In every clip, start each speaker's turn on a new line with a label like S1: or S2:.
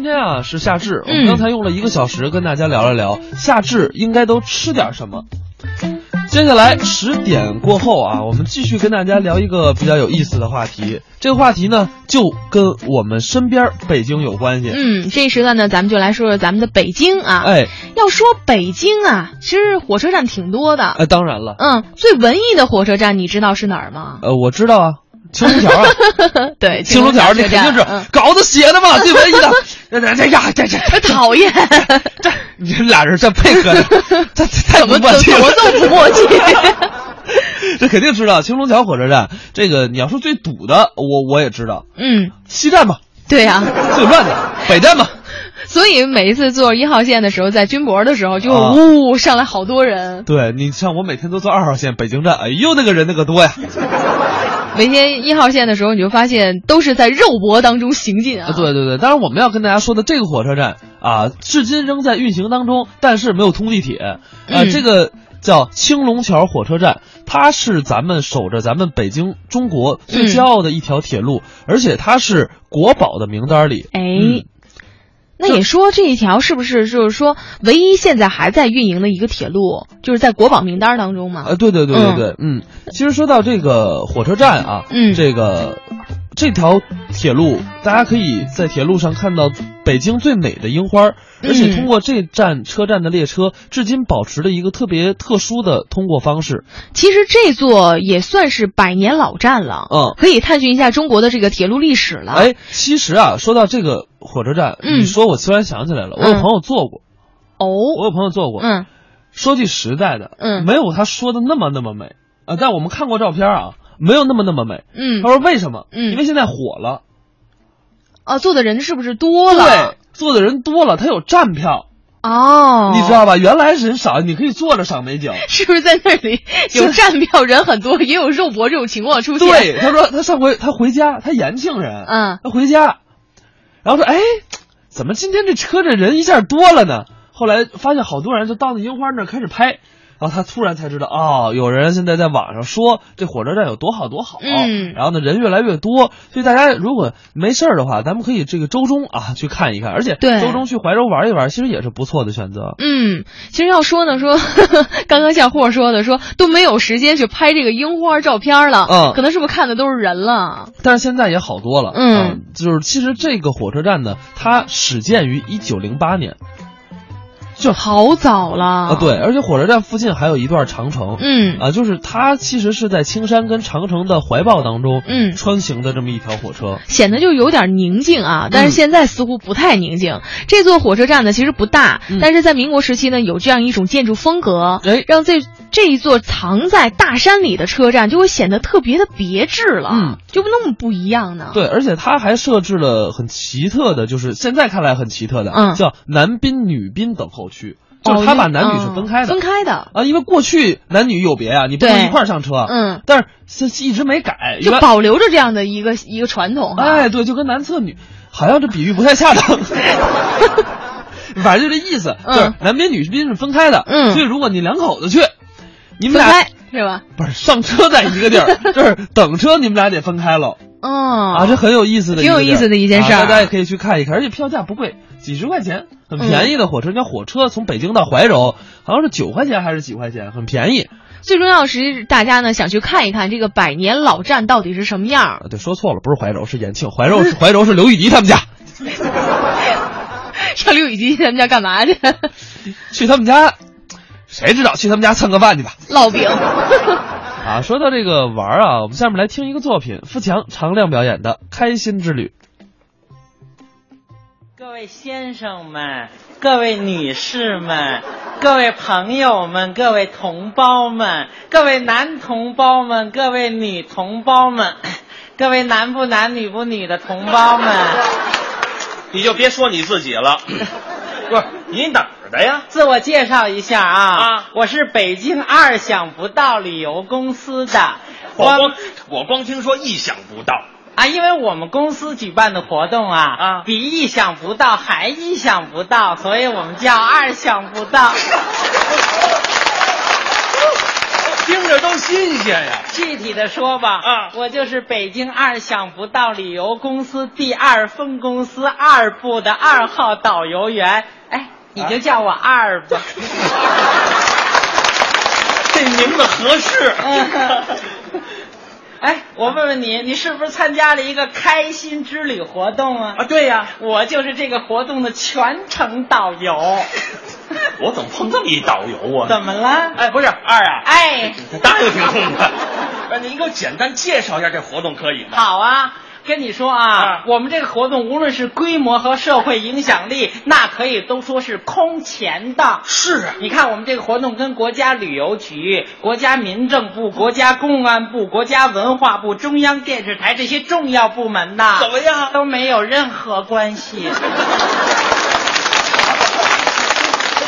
S1: 天啊是夏至，我
S2: 嗯
S1: 们刚才用了一个小时跟大家聊了聊夏至应该都吃点什么。接下来十点过后啊，我们继续跟大家聊一个比较有意思的话题。这个话题呢，就跟我们身边北京有关系。
S2: 嗯，这一时段呢，咱们就来说说咱们的北京啊。
S1: 哎，
S2: 要说北京啊，其实火车站挺多的。
S1: 呃，当然了，
S2: 嗯，最文艺的火车站，你知道是哪儿吗？
S1: 呃，我知道啊，青龙桥啊，
S2: 对，
S1: 青龙
S2: 桥
S1: 桥，这
S2: 车
S1: 肯定
S2: 站
S1: 是
S2: 嗯
S1: 稿子写的嘛，最文艺 的。这这这呀，这这
S2: 哎讨厌，
S1: 这，你这俩人这配合着， 这这
S2: 怎
S1: 太哎不
S2: 么
S1: 默契
S2: 怎
S1: 了，
S2: 么这么不默契？
S1: 这肯定知道，青龙桥火车站这个你要说最堵的，我我也知道，
S2: 嗯，
S1: 西站吧，
S2: 对呀、
S1: 最乱的，北站吧，
S2: 所以每一次坐一号线的时候，在军博的时候，就
S1: 啊
S2: 会呜、上来好多 人，
S1: 对你像我每天都坐二号线北京站，哎呦那个人那个多呀，
S2: 每天一号线的时候，你就发现都是在肉搏当中行进啊。
S1: 啊对对对，当然我们要跟大家说的这个火车站啊，至今仍在运行当中，但是没有通地铁，呃、
S2: 嗯
S1: 这个。叫青龙桥火车站，它是咱们守着咱们北京中国最
S2: 嗯
S1: 骄傲的一条铁路，而且它是国宝的名单里。
S2: 哎，
S1: 嗯
S2: 那也说这一条是不是就是说唯一现在还在运营的一个铁路，就是在国宝名单当中嘛？
S1: 啊，对对对对对，嗯，其实说到这个火车站啊，
S2: 嗯
S1: 这个这条铁路，大家可以在铁路上看到北京最美的樱花儿，而且
S2: 嗯
S1: 通过这站车站的列车，至今保持着一个特别特殊的通过方式。
S2: 其实这座也算是百年老站了，
S1: 嗯
S2: 可以探寻一下中国的这个铁路历史了。
S1: 哎，其实啊，说到这个火车站，
S2: 嗯
S1: 你说我突然想起来了，我
S2: 嗯
S1: 有朋友坐过，我
S2: 哦，
S1: 有朋友坐过，
S2: 嗯
S1: 说句实在的，
S2: 嗯
S1: 没有他说的那么那么美啊，但我们看过照片啊，没有那么那么美。
S2: 嗯
S1: 他，说为什么？
S2: 嗯
S1: 因为现在火了。
S2: 啊，坐的人是不是多了
S1: 对？，坐的人多了，他有站票，
S2: 哦，
S1: 你知道吧？原来人少，你可以坐着赏美景。
S2: 是不是在那里有站票人很多，也有肉搏这种情况出现？，
S1: 对，他说他上回他回家，他延庆人，
S2: 嗯
S1: 他回家，然后说哎，怎么今天这车这人一下多了呢？后来发现好多人就到那樱花那儿开始拍。然后他突然才知道，哦，有人现在在网上说这火车站有多好多好，
S2: 嗯
S1: 然后呢人越来越多，所以大家如果没事儿的话，咱们可以这个周中啊去看一看，而且
S2: 对
S1: 周中去怀柔玩一玩，其实也是不错的选择。
S2: 嗯，其实要说呢，说 刚刚像霍说的，说都没有时间去拍这个樱花照片了，
S1: 嗯
S2: 可能是不是看的都是人了？
S1: 但是现在也好多了。
S2: 嗯
S1: 啊就是其实这个火车站呢，它始建于一九零八年
S2: 就好早了啊
S1: 啊，，对，而且火车站附近还有一段长城。
S2: 嗯
S1: 啊，就是它其实是在青山跟长城的怀抱当中，
S2: 嗯
S1: 穿行的这么一条火车。
S2: 显得就有点宁静啊，
S1: 嗯
S2: 但是现在似乎不太宁静。这座火车站呢，其实不大，
S1: 嗯
S2: 但是在民国时期呢，有这样一种建筑风格，
S1: 哎
S2: 让这这一座藏在大山里的车站就会显得特别的别致了，
S1: 嗯，
S2: 就不那么不一样呢。
S1: 对，而且它还设置了很奇特的，就是现在看来很奇特的，
S2: 嗯
S1: 叫男宾、女宾等候区，
S2: 哦，
S1: 就是它把男女是分开
S2: 嗯
S1: 的。
S2: 分开的，
S1: 啊，因为过去男女有别啊，你不能
S2: 对
S1: 一块儿上车。
S2: 嗯，
S1: 但是是一直没改，
S2: 就
S1: 呃原
S2: 保留着这样的一个一个传统啊哈、
S1: 哎，对，就跟男厕女，好像这比喻不太恰 当。反正就这意思，
S2: 嗯
S1: 就是男宾女宾是分开的，
S2: 嗯
S1: 所以如果你两口子去，你们
S2: 分
S1: 俩
S2: 开是吧？
S1: 不是上车在一个地儿，就是等车你们俩得分开喽
S2: 嗯、
S1: 啊，这很有意思的一
S2: 挺
S1: 个地儿，
S2: 有意思的一件事儿
S1: 啊大家也可以去看一看，而且票价不贵，几十块钱，
S2: 嗯
S1: 很便宜的火车。你看火车从北京到怀柔，好像是九块钱还是几块钱，很便宜。
S2: 最重要的是大家呢想去看一看这个百年老站到底是什么样儿。
S1: 啊，对，说错了，不是怀柔，是延庆，怀柔
S2: 嗯
S1: 是怀柔是刘雨迪他们家，
S2: 上刘禹锡他们家干嘛去？
S1: 去他们家，谁知道去他们家蹭个饭去吧。
S2: 烙饼。
S1: 啊，说到这个玩儿啊，我们下面来听一个作品，付强、常亮表演的《开心之旅
S3: 各位先生们，各位女士们，各位朋友们，各位同胞们，各位男同胞们，各位女同胞们，各位男不男女不女的同胞们，
S4: 你就别说你自己了，不是你哪儿的呀？
S3: 自我介绍一下啊，
S4: 啊
S3: 我是北京二想不到旅游公司的，
S4: 我
S3: 我
S4: 光我光听说意想不到，
S3: 啊，因为我们公司举办的活动啊，
S4: 啊
S3: 比意想不到还意想不到，所以我们叫二想不到。
S4: 听着都新鲜呀。
S3: 具体的说吧，
S4: 啊
S3: 我就是北京二想不到旅游公司第二分公司二部的二号导游员。哎，你就叫我二吧。
S4: 啊 这名字合适。
S3: 嗯哎，我问问你，你是不是参加了一个开心之旅活动啊？
S4: 啊，对呀、
S3: 我就是这个活动的全程导游。
S4: 我怎么碰这么一导游啊？
S3: 怎么了？
S4: 哎，不是二啊，
S3: 哎，
S4: 答应挺痛 快。哎，您给我简单介绍一下这活动可以吗？
S3: 好啊，跟你说啊，
S4: 啊
S3: 我们这个活动无论是规模和社会影响力，那可以都说是空前的。
S4: 是啊，
S3: 你看，我们这个活动跟国家旅游局、国家民政部、国家公安部、国家文化部、中央电视台这些重要部门呐，
S4: 怎么样
S3: 都没有任何关系。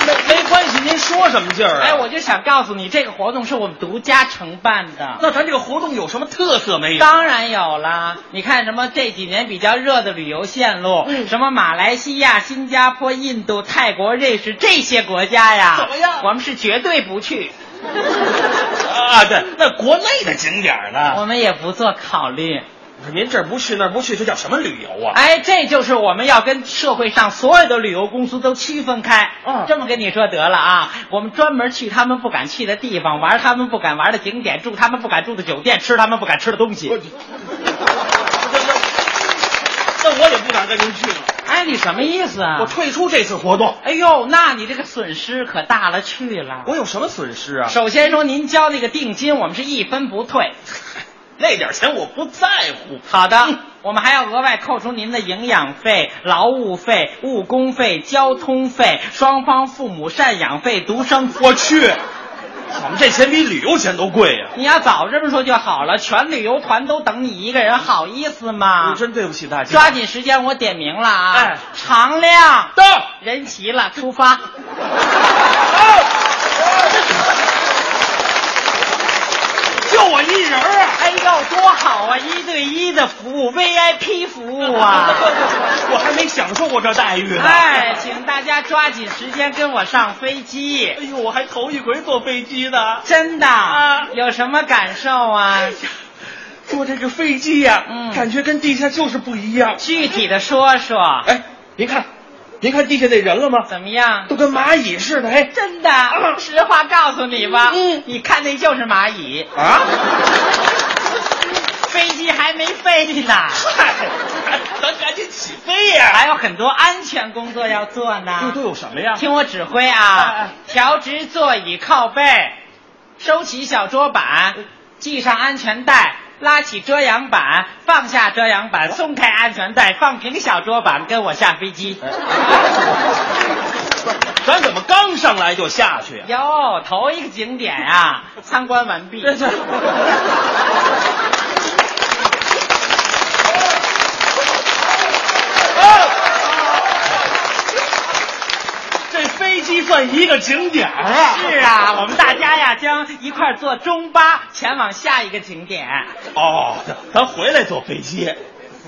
S4: 没 没关系，您说什么劲儿啊？
S3: 哎，我就想告诉你，这个活动是我们独家承办的。
S4: 那咱这个活动有什么特色没有？
S3: 当然有啦！你看什么这几年比较热的旅游线路，
S4: 嗯
S3: 什么马来西亚、新加坡、印度、泰国、瑞士这些国家呀，
S4: 怎么样
S3: 我们是绝对不去，
S4: 啊，对，那国内的景点儿
S3: 我
S4: 呢？
S3: 们也不做考虑。
S4: 不是您这儿不去那儿不去，这叫什么旅游啊？
S3: 哎，这就是我们要跟社会上所有的旅游公司都区分开。
S4: 嗯
S3: 这么跟你说得了啊，我们专门去他们不敢去的地方，玩他们不敢玩的景点，住他们不敢住的酒店，吃他们不敢吃的东 西。
S4: 那我也不敢跟您去了，
S3: 哎，你什么意思啊？
S4: 我退出这次活动。
S3: 哎呦，那你这个损失可大了去了。
S4: 我有什么损失啊？
S3: 首先说，您交那个定金，我们是一分不退。
S4: 那点钱我不在乎。嗯
S3: 好的，我们还要额外扣除您的营养费、劳务费、误工费、交通费、双方父母赡养费、独生子。
S4: 我去，我们这钱比旅游钱都贵呀、
S3: 你要早这么说就好了，全旅游团都等你一个人，好意思吗
S4: 你？真对不起大家。
S3: 抓紧时间，我点名了啊！
S4: 哎
S3: 常亮，
S4: 到，
S3: 人齐了，出发。
S4: 就我一人儿啊！
S3: 哎呦，多好啊！一对一的服务，VIP 服 务啊！
S4: 我还没享受过这待遇呢。
S3: 哎，请大家抓紧时间跟我上飞机
S4: 哎。呦，我还头一回坐飞机呢。
S3: 真的，
S4: 啊哎
S3: 有什么感受啊？
S4: 坐这个飞机呀、
S3: 嗯
S4: 感觉跟地下就是不一样。
S3: 具体的说说，
S4: 哎，您看，您看地下那人了吗？
S3: 怎么样？
S4: 都跟蚂蚁似的。哎，
S3: 真的，实话告诉你吧，嗯，你看那就是蚂蚁，
S4: 啊！
S3: 飞机还没飞呢，
S4: 嗨，咱赶紧起飞呀、
S3: 还有很多安全工作要做
S4: 又
S3: 呢。
S4: 都有什么呀？
S3: 听我指挥
S4: 哎
S3: 啊
S4: 哎，
S3: 调直座椅靠背，收起小桌
S4: 哎
S3: 板，系上安全带，拉起遮阳板，放下遮阳板，松开安全带，放平小桌板，跟我下飞机。
S4: 哎咱怎么刚上来就下去呀、
S3: 哟，头一个景点啊，参观完毕。
S4: 这这这飞机算一个景点儿啊！
S3: 是啊，我们大家呀将一块儿坐中巴前往下一个景点。
S4: 哦，咱回来坐飞机。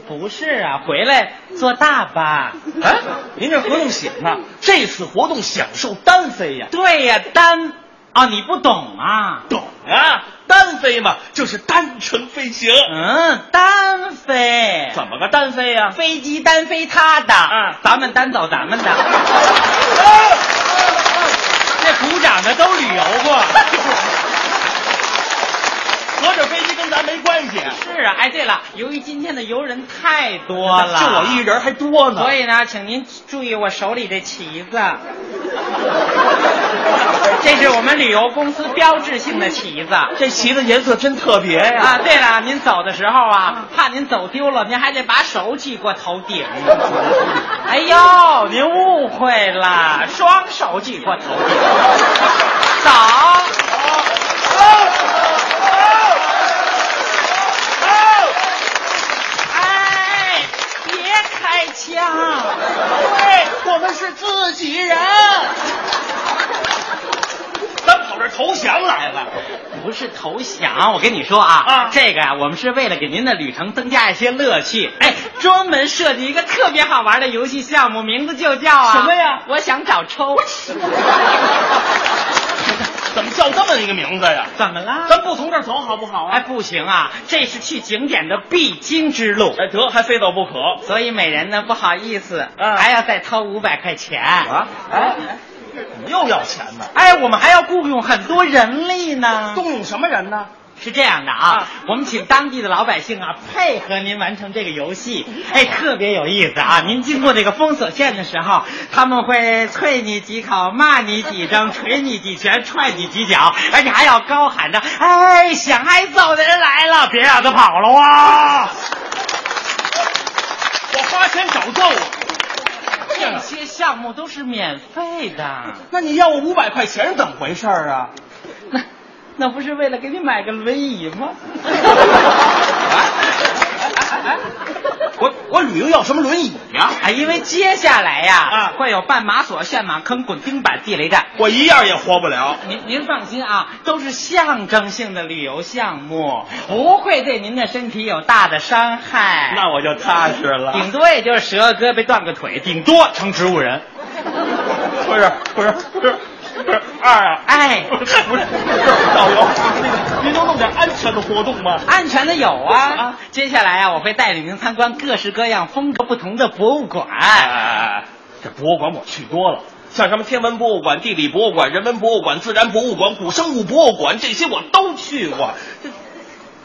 S3: 不是啊，回来坐大巴。
S4: 哎，您这合同写呢？这次活动享受单飞呀？
S3: 对呀、单哦，你不懂啊？
S4: 懂啊，单飞嘛，就是单纯飞行。
S3: 嗯，单飞
S4: 怎么个单飞呀、
S3: 飞机单飞他的，
S4: 嗯
S3: 咱们单走咱 们的。这鼓掌的都旅游 过。
S4: 合着飞机跟咱没关系，
S3: 是啊，哎，对了，由于今天的游人太多了，
S4: 就我一人还多呢。
S3: 所以呢，请您注意我手里这旗子， 这是我们旅游公司标志性的旗子。
S4: 这旗子颜色真特别呀、
S3: 啊，对了，您走的时候啊，怕您走丢了，您还得把手举过头 顶。哎呦，您误会了，双手举过头 顶。走，哎，别开枪。
S4: 我们是自己人，咱跑这投降来了。
S3: 不是投降，我跟你说啊，
S4: 啊
S3: 这个呀、我们是为了给您的旅程增加一些乐趣，哎，专门设计一个特别好玩的游戏项目，名字就叫啊
S4: 什么呀
S3: 我想找抽。
S4: 怎么叫这么一个名字呀？
S3: 怎么啦？
S4: 咱不从这儿走好不好啊？
S3: 哎，不行啊，这是去景点的必经之路，
S4: 哎，得还非走不可。
S3: 所以每人呢不好意思，
S4: 嗯
S3: 还要再掏五百块钱
S4: 啊
S3: 哎
S4: 怎么又要钱呢？
S3: 哎，我们还要雇佣很多人力呢。
S4: 动用什么人呢？
S3: 是这样的啊，我们请当地的老百姓啊配合您完成这个游 戏，哎，特别有意思啊！您经过这个封锁线的时候，他们会啐你几口，骂你几 声，捶你几拳，踹你几脚，而且还要高喊着：“哎，想挨揍的人来了，别让他跑了啊！”
S4: 我花钱找揍啊！
S3: 这些项目都是免费的，
S4: 那你要我五百块钱是怎么回事儿啊？
S3: 那那不是为了给你买个轮椅吗？哎
S4: 我我旅游要什么轮椅呀、
S3: 啊，因为接下来呀、
S4: 啊
S3: 会有绊马索、陷马坑、滚钉板、地雷战。
S4: 我一样也活不了。
S3: 您您放心啊，都是象征性的旅游项目，不会对您的身体有大的伤害。
S4: 那我就踏实了。
S3: 哎顶多也就是折个胳膊、断个腿，顶多成植物 人。
S4: 不是不是不是不是二啊！
S3: 哎
S4: 不是不是不是导游，那个您能弄点安全的活动吗？
S3: 安全的有啊
S4: 啊，
S3: 接下来啊，我会带领您参观各式各样、风格不同的博物馆。
S4: 哎哎哎，这博物馆我去多了，像什么天文博物馆、地理博物馆、人文博物馆、自然博物馆、古生物博物馆，这些我都去过。这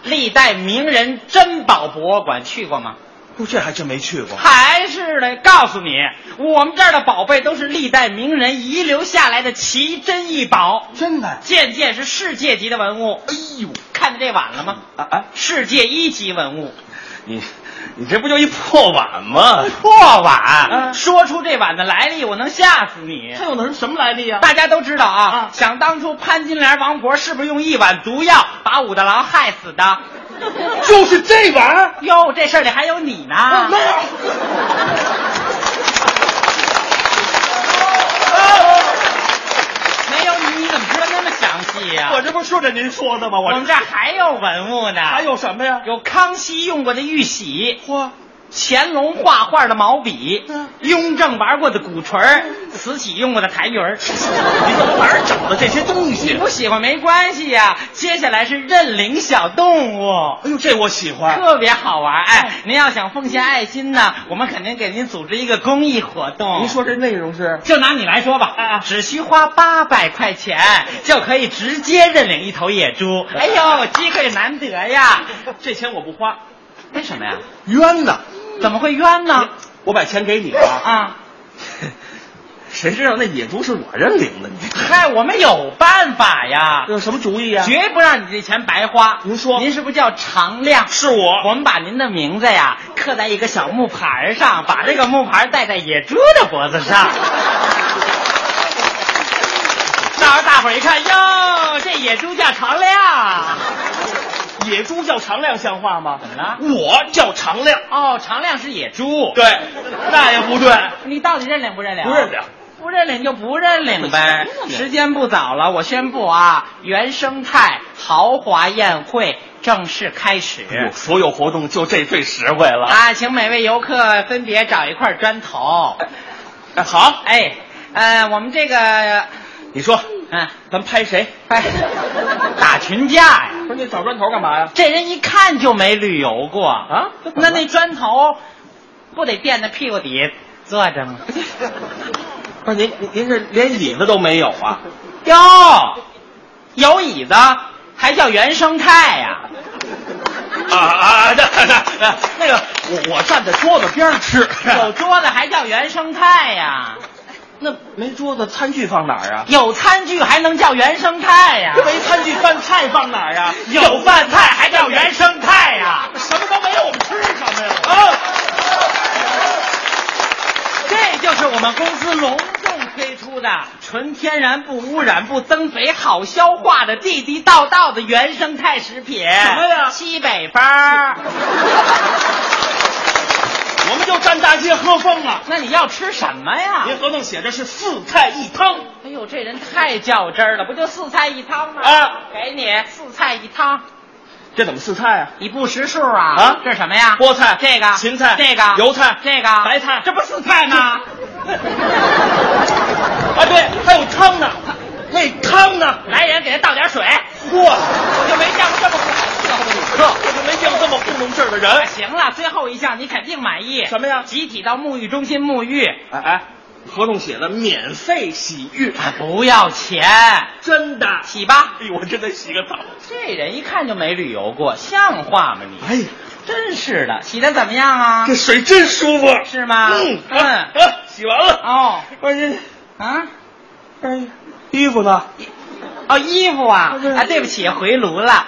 S3: 历代名人珍宝博物馆去过吗？
S4: 不，这还真没去过。
S3: 还是得告诉你，我们这儿的宝贝都是历代名人遗留下来的奇珍异宝，
S4: 真的？
S3: 件件是世界级的文物。
S4: 哎呦，
S3: 看见这碗了吗？
S4: 啊啊！
S3: 世界一级文物，
S4: 你你这不就一破碗吗？
S3: 破碗。
S4: 嗯
S3: 说出这碗的来历，我能吓死你
S4: 它。有的是什么来历呀、
S3: 大家都知道啊
S4: 啊，
S3: 想当初潘金莲王婆是不是用一碗毒药把武大郎害死 的？
S4: 就是这碗。
S3: 哟，这事儿里还有你呢。
S4: 啊
S3: 哎
S4: 那
S3: 没有你，你怎么知道那么详细呀、
S4: 我这不是顺着您说的吗？
S3: 我
S4: 我
S3: 们这儿还有文物呢，
S4: 还有什么呀？
S3: 有康熙用过的玉玺，
S4: 嚯，
S3: 乾隆画画的毛笔
S4: 嗯，
S3: 雍正玩过的鼓槌儿，慈禧用过的台鱼儿。
S4: 你怎么哪儿找的这些东西？
S3: 不喜欢没关系呀、接下来是认领小动物。
S4: 哎呦，这我喜欢。嗯
S3: 特别好玩哎！您要想奉献爱心呢，我们肯定给您组织一个公益活动。
S4: 您说这内容是？啊
S3: 就拿你来说吧，只需花八百块钱就可以直接认领一头野猪。
S4: 啊
S3: 哎呦，机会难得呀！
S4: 这钱我不花，
S3: 为什么呀？
S4: 冤呐！
S3: 怎么会冤呢？
S4: 我把钱给你了，
S3: 啊，
S4: 谁知道那野猪是我认领的？你
S3: 嗨，我们有办法呀，
S4: 有什么主意呀、
S3: 绝不让你这钱白花。
S4: 您说
S3: 您是不是叫常亮？
S4: 是我，
S3: 我们把您的名字呀刻在一个小木牌上，把这个木牌戴在野猪的脖子上。到时候大伙儿一看，哟，这野猪叫常亮。
S4: 野猪叫常亮，像话吗？
S3: 怎么了
S4: 我叫常亮。
S3: 哦，常亮是野猪。
S4: 对，那也不对，
S3: 你到底认领不认领？
S4: 不认领。
S3: 不认领就不认领呗。时间不早了，我宣布啊，原生态豪华宴会正式开始。
S4: 哎所有活动就这最实惠了。
S3: 啊，请每位游客分别找一块砖头。
S4: 哎好，
S3: 哎，呃，我们这个，
S4: 你说
S3: 嗯、
S4: 咱拍谁？
S3: 哎，打群架呀。
S4: 不是你找砖头干嘛呀？
S3: 这人一看就没旅游过
S4: 啊这怎么
S3: 那
S4: 了
S3: 那砖头不得垫在屁股底下坐着吗？
S4: 不是您您您这连椅子都没有啊？
S3: 哟，有椅子还叫原生态呀、
S4: 啊啊！那那那那个，我我站在桌子边儿吃。
S3: 有桌子还叫原生态呀、
S4: 那没桌子，餐具放哪儿啊？
S3: 有餐具还能叫原生态呀、
S4: 没餐具，饭菜放哪儿啊？
S3: 有饭菜还叫原生态呀、
S4: 什么都没有，我们吃什么呀？
S3: 啊，这就是我们公司隆重推出的纯天然、不污染、不增肥、好消化的地地道道的原生态食品。什
S4: 么呀
S3: 西北风儿。
S4: 我们就站大街喝风啊！
S3: 那你要吃什么呀？
S4: 您合同写着是四菜一汤，
S3: 哎呦，这人太较真儿了，不就四菜一汤吗？
S4: 啊，
S3: 给你四菜一汤，
S4: 这怎么四菜啊？
S3: 你不识数啊？
S4: 啊
S3: 这是什么呀？
S4: 菠菜
S3: 这个
S4: 芹菜
S3: 这个
S4: 油菜
S3: 这个
S4: 白菜
S3: 这不四菜吗？
S4: 啊，对，还有汤呢，那汤呢？
S3: 来人，
S4: 的人。
S3: 啊行了，最后一项你肯定满意。
S4: 什么呀
S3: 集体到沐浴中心沐浴，
S4: 哎哎，合同写的免费洗浴，
S3: 啊不要钱，
S4: 真的。
S3: 洗吧。
S4: 哎呦，我真得洗个澡。
S3: 这人一看就没旅游过，像话吗你？
S4: 哎呀，
S3: 真是的，洗的怎么样啊
S4: 这？水真舒服。
S3: 是吗？
S4: 嗯
S3: 嗯
S4: 啊啊洗完了。
S3: 哦，
S4: 哎呀，
S3: 啊，
S4: 哎呀，衣服呢？
S3: 哦，衣服啊
S4: 不是，
S3: 啊，对不起，回炉了。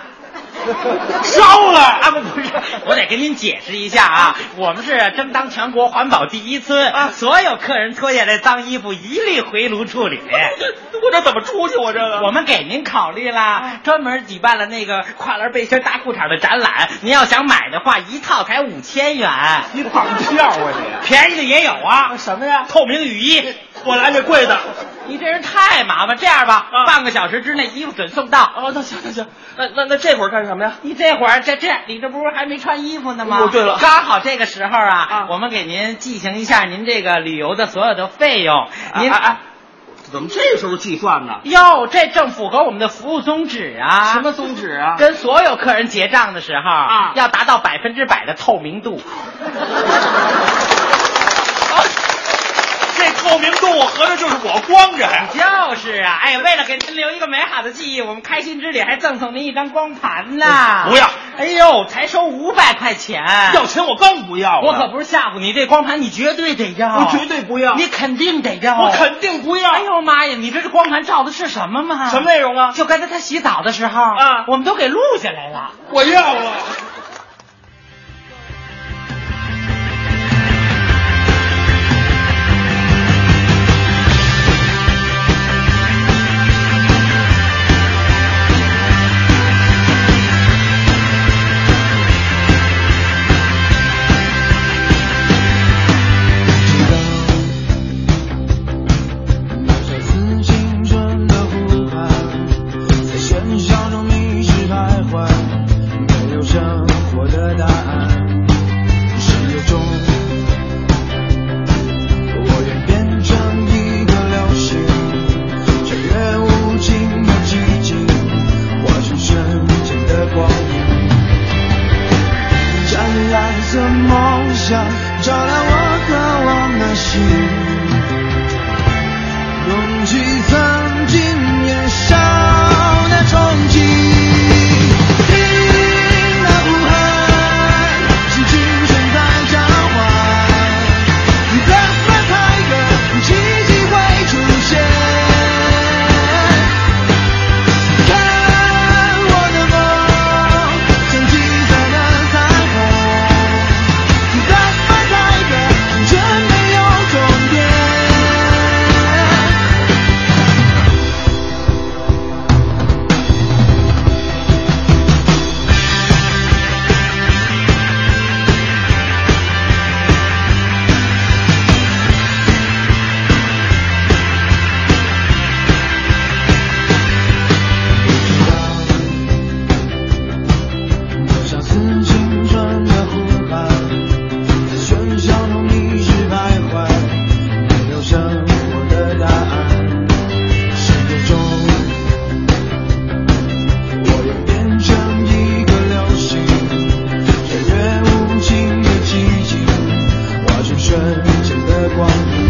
S4: 烧了
S3: 啊！不不是，我得跟您解释一下啊，我们是争当全国环保第一村
S4: 啊
S3: 所有客人脱下来脏衣服一律回炉处理。
S4: 这 我这怎么出去？啊我这个啊
S3: 我们给您考虑啦，专门举办了那个跨栏背心大裤衩的展览。您要想买的话，一套才五千元，
S4: 你绑票啊
S3: 便宜的也有啊。
S4: 什么呀
S3: 透明雨衣，
S4: 我来那贵的。
S3: 你这人太麻烦。这样吧，
S4: 啊
S3: 半个小时之内衣服准送到。
S4: 哦，那行那行，那那那这会儿干什么呀？
S3: 你这会儿这这，你这不是还没穿衣服呢吗？
S4: 哦对了
S3: 刚好这个时候啊，
S4: 啊
S3: 我们给您记行一下您这个旅游的所有的费用。您
S4: 啊啊啊怎么这时候计算呢？
S3: 哟，这正符合我们的服务宗旨啊！
S4: 什么宗旨啊？
S3: 跟所有客人结账的时候
S4: 啊
S3: 要达到百分之百的透明 度。
S4: 这透明度，我啊合着就是我光着呀。
S3: 就是啊，哎，为了给您留一个美好的记忆，我们开心之旅还赠送您一张光盘呢。
S4: 不要！
S3: 哎呦，才收五百块钱，
S4: 要钱我更不要了，
S3: 我可不是吓唬你，这光盘你绝对得要，
S4: 我绝对不要
S3: 你肯定得要，
S4: 我肯定不要。
S3: 哎呦妈呀，你这是光盘照的是什么吗？
S4: 什么内容啊？
S3: 就刚才他洗澡的时候
S4: 啊
S3: 我们都给录下来了。
S4: 我要了。
S5: 知道那首自青春的呼喊，在喧嚣中迷失徘徊，没有生活的答案。深夜中，我愿变成一个流星，穿越无尽的寂静，化成瞬间的光影。湛蓝色梦想照亮我渴望的心，涌起曾经年少的憧憬。听那呼喊，是青春在召唤，在色彩的奇迹会出现。看我的梦，像金色的彩虹，它色彩的却没有终点。多少次青春的呼喊，在喧嚣中迷失徘徊，没有生活的答案。深夜中，我要变成一个流星，穿越无尽的寂静，化成瞬间的光影。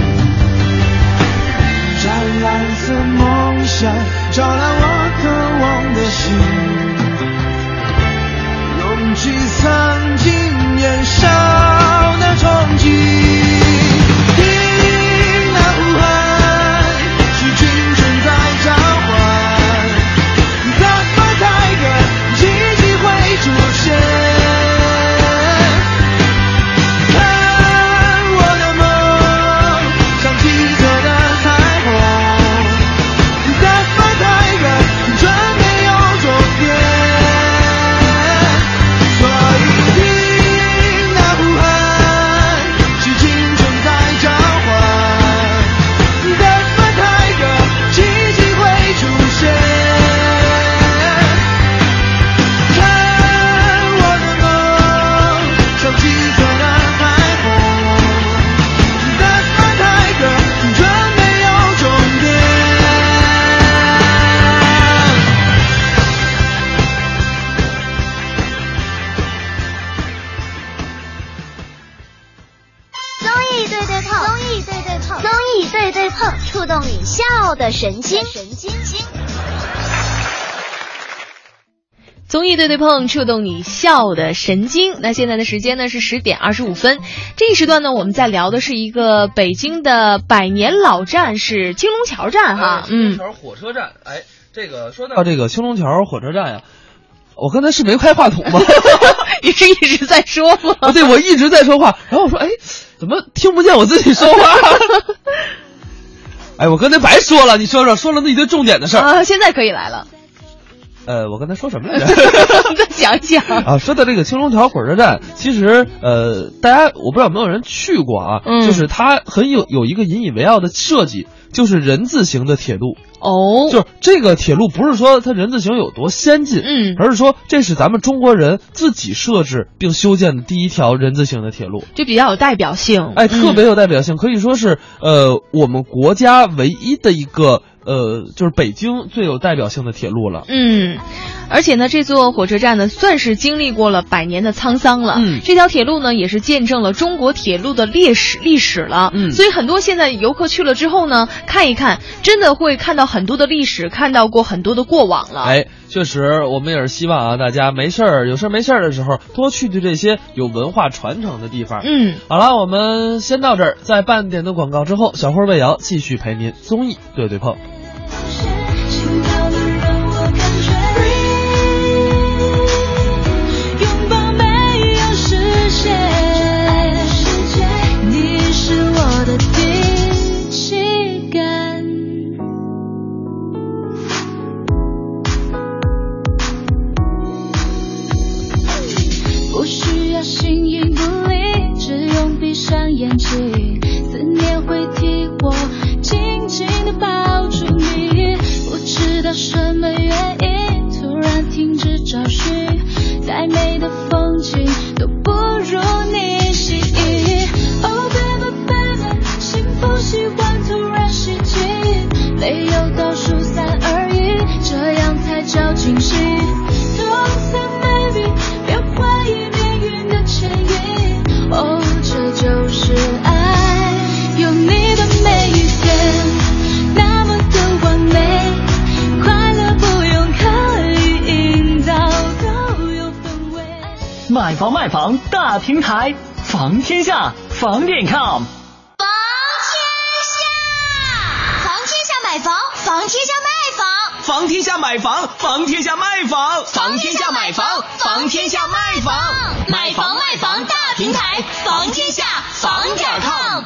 S5: 湛蓝色梦想，照亮我渴望的心。涌起曾经年少的憧憬，听那呼喊，是青春在召唤，它色彩的奇迹会出现。看我的梦，像金色的彩虹，它色彩的却没有终点。所以。对碰，触动你笑的神经。神经经。
S2: 综艺对对碰，触动你笑的神经。那现在的时间呢是十点二十五分，这一时段呢我们在聊的是一个北京的百年老站，是青龙桥站哈，
S1: 青龙
S2: 嗯，
S1: 桥火车站，哎，这个说到这个青龙桥火车站呀、我刚才是没开话筒吗？
S2: 你是一直在说吗？
S1: 啊，对，我一直在说话，然后我说，哎，怎么听不见我自己说话？ 哎，我刚才白说了，你说说，说了那一堆重点的事儿。
S2: 啊，现在可以 来了，
S1: 呃，我刚才说什么来着？
S2: 再讲一讲。
S1: 啊，说到这个青龙桥火车站，其实呃，大家我不知道有没有人去过啊，
S2: 嗯
S1: 就是它很有有一个引以为傲的设计，就是人字形的铁路。
S2: 哦，
S1: 就是这个铁路不是说它人字形有多先进，
S2: 嗯
S1: 而是说这是咱们中国人自己设置并修建的第一条人字形的铁路。
S2: 就比较有代表性，
S1: 哎，特
S2: 嗯
S1: 别有代表性，可以说是呃我们国家唯一的一个呃就是北京最有代表性的铁路了。
S2: 嗯，而且呢，这座火车站呢，算是经历过了百年的沧桑了。
S1: 嗯
S2: 这条铁路呢，也是见证了中国铁路的历史历史了。
S1: 嗯
S2: 所以很多现在游客去了之后呢，看一看，真的会看到很多的历史，看到过很多的过往了。，
S1: 哎，确实，我们也是希望啊，大家没事儿有事儿没事儿的时候，多去去这些有文化传承的地方。
S2: 嗯，
S1: 好了，我们先到这儿，在半点的广告之后，小辉儿魏瑶继续陪您综艺对对碰。
S5: 心跳的让我感觉，拥抱没有时间，你是我的第七感。不需要形影不离，只用闭上眼睛，思念会替我紧紧地抱住你。不知道什么原因，突然停止找寻，再美的风景都不如你吸引。Oh baby baby，幸福喜欢突然袭击，没有倒数三二一，这样才叫惊喜。Don't say maybe，别怀疑命运的牵引。哦，这就是爱，有你的每一天，那么的完美，快乐不用刻意营造，都有氛围。
S4: 买房卖房大平台，房天下房点 com。
S5: 房天下，房天下买房，房天下卖房，
S4: 房天下买房，房天下卖房，房天下买房，房天下卖房，
S5: 买房卖房大平台，房天下房点 com。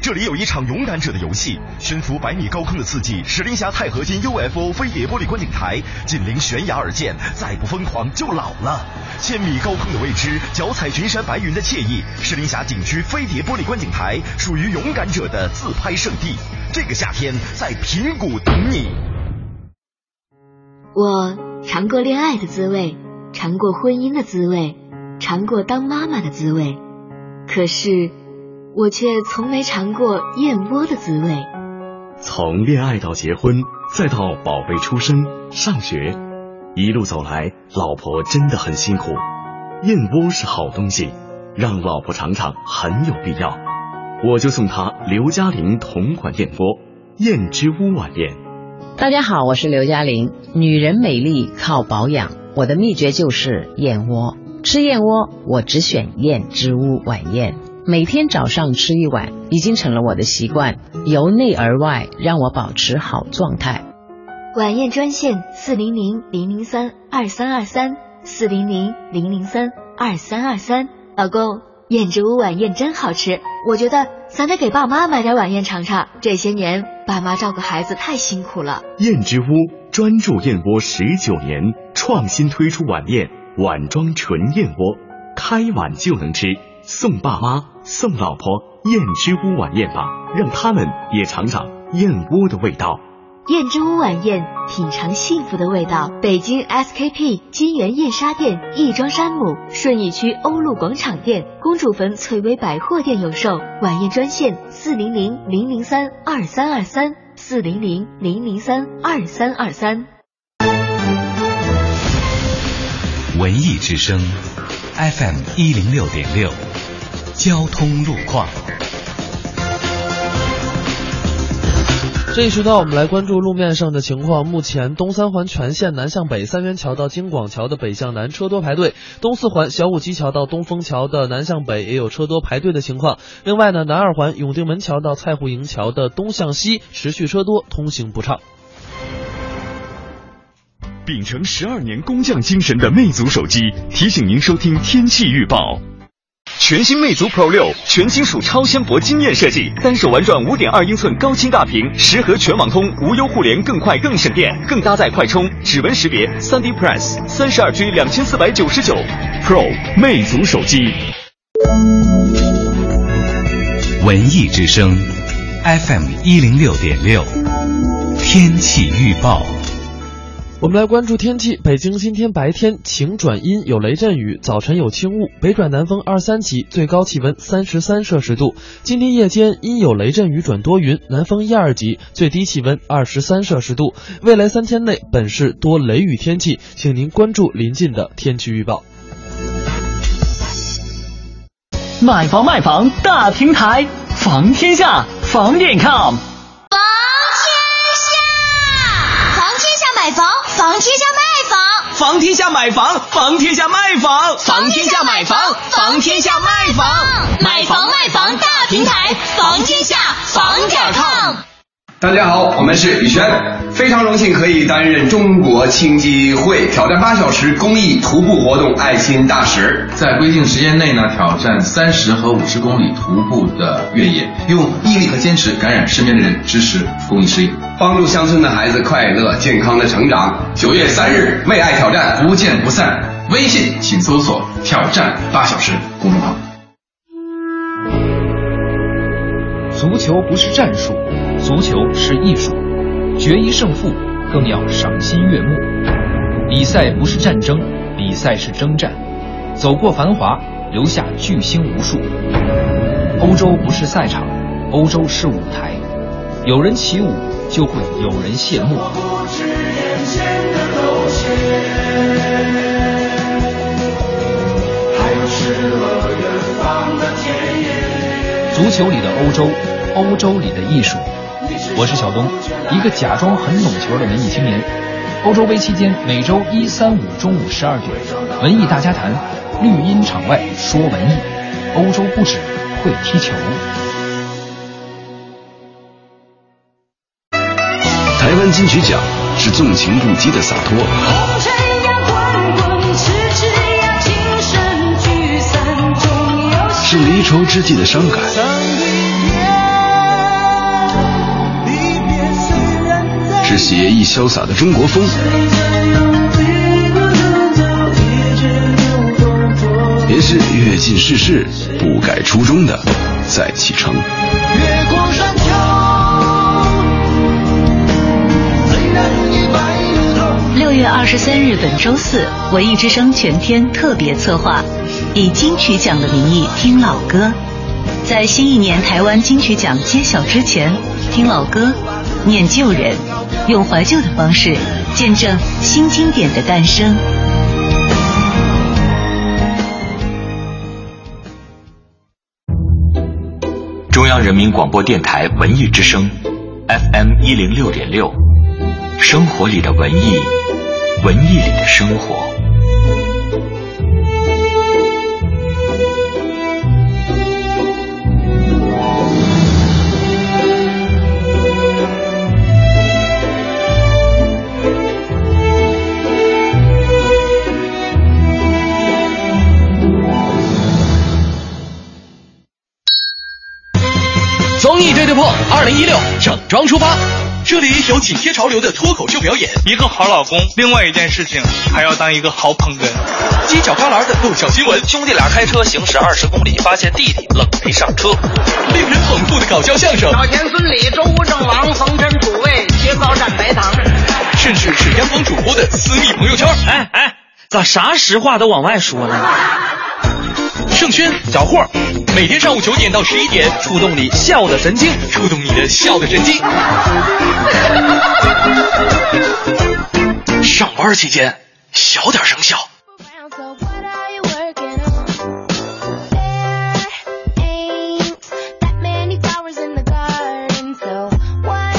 S6: 这里有一场勇敢者的游戏，悬浮百米高空的刺激，石林峡钛合金 UFO 飞碟玻璃观景台，紧邻悬崖而建，再不疯狂就老了。千米高空的未知，脚踩群山白云的惬意，石林峡景区飞碟玻璃观景台属于勇敢者的自拍圣地。这个夏天在平谷等你。
S7: 我尝过恋爱的滋味，尝过婚姻的滋味，尝过当妈妈的滋味，可是我却从没尝过燕窝的滋味。
S8: 从恋爱到结婚，再到宝贝出生、上学，一路走来，老婆真的很辛苦。燕窝是好东西，让老婆尝尝很有必要。我就送她刘嘉玲同款燕窝燕之屋晚宴。
S9: 大家好，我是刘嘉玲。女人美丽靠保养，我的秘诀就是燕窝。吃燕窝，我只选燕之屋晚宴，每天早上吃一碗，已经成了我的习惯，由内而外让我保持好状态。
S7: 晚宴专线四零零零零三二三二三四零零零零三二三二三。老公，燕之屋晚宴真好吃，我觉得咱得给爸妈买点晚宴尝尝。这些年爸妈照顾孩子太辛苦了。
S8: 燕之屋专注燕窝十九年，创新推出晚宴碗装纯燕窝，开碗就能吃，送爸妈送老婆燕之屋晚宴吧，让他们也尝尝燕窝的味道。
S7: 燕之屋晚宴，品尝幸福的味道。北京 SKP 金源燕莎店、亦庄山姆、顺义区欧陆广场店、公主坟翠微百货店有售。晚宴专线：四零零零零三二三二三，四零零零零三二三二三。
S6: 文艺之声，FM 一零六点六，交通路况。
S1: 这一时段，我们来关注路面上的情况。目前，东三环全线南向北三元桥到京广桥的北向南车多排队；东四环小武基桥到东风桥的南向北也有车多排队的情况。另外呢，南二环永定门桥到蔡户营桥的东向西持续车多，通行不畅。
S6: 秉承十二年工匠精神的魅族手机提醒您收听天气预报。全新魅族 Pro 六，全金属超纤薄惊艳设计，单手玩转五点二英寸高清大屏，十核全网通，无忧互联，更快更省电，更搭载快充、指纹识别、三 D Press，三十二 G 两千四百九十九，Pro 魅族手机。
S8: 文艺之声，FM 一零六点六，天气预报。
S1: 我们来关注天气，北京今天白天晴转阴，有雷阵雨，早晨有轻雾，北转南风二三级，最高气温三十三摄氏度。今天夜间阴有雷阵雨转多云，南风一二级，最低气温二十三摄氏度。未来三天内本市多雷雨天气，请您关注临近的天气预报。
S4: 买房卖房大平台，房天下，房点 com。
S5: 房天下买房，房天下卖房，
S4: 房天下买房，房天下卖房，房天下买房，房天下卖房，
S5: 买房卖房大平台，房天下房点儿 com。
S10: 大家好，我们是宇轩，非常荣幸可以担任中国青基会挑战八小时公益徒步活动爱心大使，
S11: 在规定时间内呢，挑战三十和五十公里徒步的越野，用毅力和坚持感染身边的人，支持公益事业。
S10: 帮助乡村的孩子快乐健康的成长。九月三日，为爱挑战，不见不散。微信请搜索“挑战八小时”公众号。
S12: 足球不是战术，足球是艺术，决一胜负更要赏心悦目。比赛不是战争，比赛是征战，走过繁华，留下巨星无数。欧洲不是赛场，欧洲是舞台，有人起舞，就会有人谢幕。足球里的欧洲，欧洲里的艺术。我是小东，一个假装很懂球的文艺青年。欧洲杯期间，每周一、三、五中午十二点，文艺大家谈，绿茵场外说文艺。欧洲不止会踢球。
S13: 台湾金曲奖是纵情不羁的洒脱，
S5: 红尘呀滚滚，痴痴呀情深聚散终有
S13: 是离愁之际的伤感，是写意潇洒的中国风。也是阅尽世事，不改初衷的再启程。
S5: 越过山丘，虽然已白了头。
S14: 六月二十三日，本周四，文艺之声全天特别策划，以金曲奖的名义听老歌，在新一年台湾金曲奖揭晓之前，听老歌，念旧人，用怀旧的方式见证新经典的诞生。
S8: 中央人民广播电台文艺之声，FM 一零六点六，生活里的文艺，文艺里的生活。
S4: 综艺对对碰，二零一六整装出发。这里有紧贴潮流的脱口秀表演，一个好老公，另外一件事情还要当一个好捧哏。犄角旮旯的爆笑新闻，兄弟俩开车行驶二十公里，发现弟弟冷没上车。令人捧腹的搞笑相声，
S3: 小田、孙李、周吴、郑王、冯真、楚卫、薛高、战白糖。
S4: 甚至是央广主播的私密朋友圈。哎哎，咋啥实话都往外说呢？盛轩，小霍，每天上午九点到十一点，触动你笑的神经，触动你的笑的神经。上班期间，小点声笑。
S5: Ain't that many flowers in the garden, so what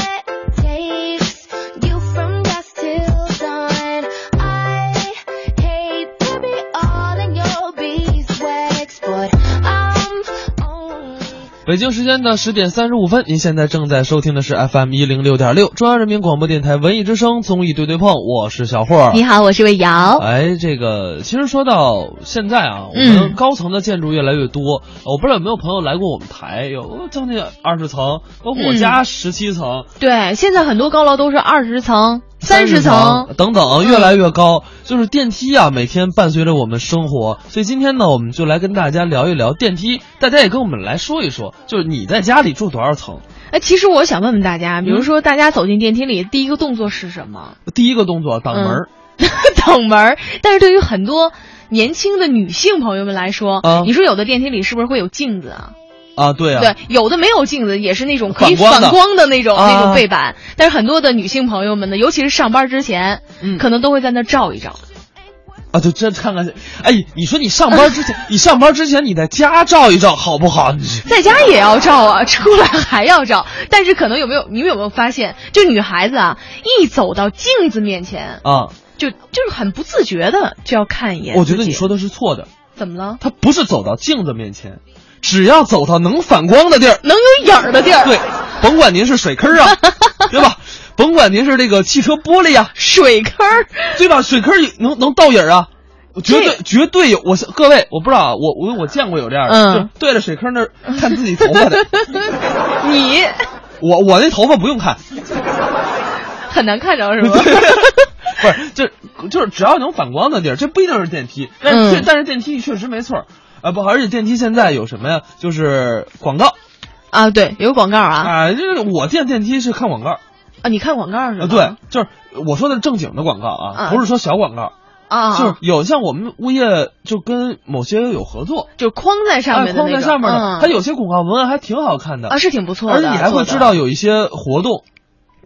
S1: 北京时间的十点三十五分，您现在正在收听的是 FM 一零六点六，中央人民广播电台文艺之声综艺对对碰，我是小霍。
S2: 你好，我是魏瑶。
S1: 哎，这个其实说到现在啊，我
S2: 嗯
S1: 们高层的建筑越来越多，我不知道有没有朋友来过我们台，有将近二十层，包括我
S2: 嗯
S1: 家十七层，
S2: 对，现在很多高楼都是二十层、三十层。嗯
S1: 层等等，越来越高。就是电梯啊，每天伴随着我们生活。所以今天呢，我们就来跟大家聊一聊电梯。大家也跟我们来说一说，就是你在家里住多少层？
S2: 哎，其实我想问问大家，比如说大家走进电梯里，第一个动作是什么？
S1: 第一个动作挡门儿。
S2: 嗯 挡门儿。但是对于很多年轻的女性朋友们来说，
S1: 啊
S2: 你说有的电梯里是不是会有镜子啊？
S1: 啊，对啊，
S2: 对，有的没有镜子，也是那种可以
S1: 反光的
S2: 反光的那种
S1: 啊
S2: 那种背板。但是很多的女性朋友们呢，尤其是上班之前，
S1: 嗯
S2: 可能都会在那儿照一照。
S1: 啊，就这看看，哎，你说你上班 之前，你上班之前你在家照一照好不好？你
S2: 在家也要照啊，出来还要照。但是可能有没有你们有没有发现，就女孩子啊，一走到镜子面前，
S1: 啊，
S2: 就就是很不自觉的就要看一眼。
S1: 我觉得你说的是错的，
S2: 怎么了？
S1: 他不是走到镜子面前，只要走到能反光的地儿，
S2: 能有影儿的地儿，
S1: 对，甭管您是水坑 啊，对吧？甭管您是这个汽车玻璃啊，
S2: 水坑，
S1: 对吧？水坑也能能倒影儿啊。我绝对绝对有，我是各位，我不知道啊，我我我见过有这样的，
S2: 嗯
S1: 就对着水坑那儿看自己头发的，
S2: 你
S1: 我我那头发不用看，
S2: 很难看着是吗？
S1: 不是，就就是只要能反光的地儿，这不一定是电梯，但是、
S2: 嗯
S1: 但是电梯确实没错儿，啊不，而且电梯现在有什么呀？就是广告
S2: 啊，对，有广告啊
S1: 啊，就是我见电梯是看广告，
S2: 啊！你看广告是
S1: 啊
S2: 吗？
S1: 对，就是我说的是正经的广告啊，
S2: 啊
S1: 不是说小广告。
S2: 啊，
S1: 就是有像我们物业就跟某些有合作，
S2: 就框在上面的
S1: 哎框
S2: 那
S1: 在
S2: 种
S1: 上面的
S2: 嗯，
S1: 它有些广告文案还挺好看的
S2: 啊是挺不错的
S1: 而且你还会知道有一些活动，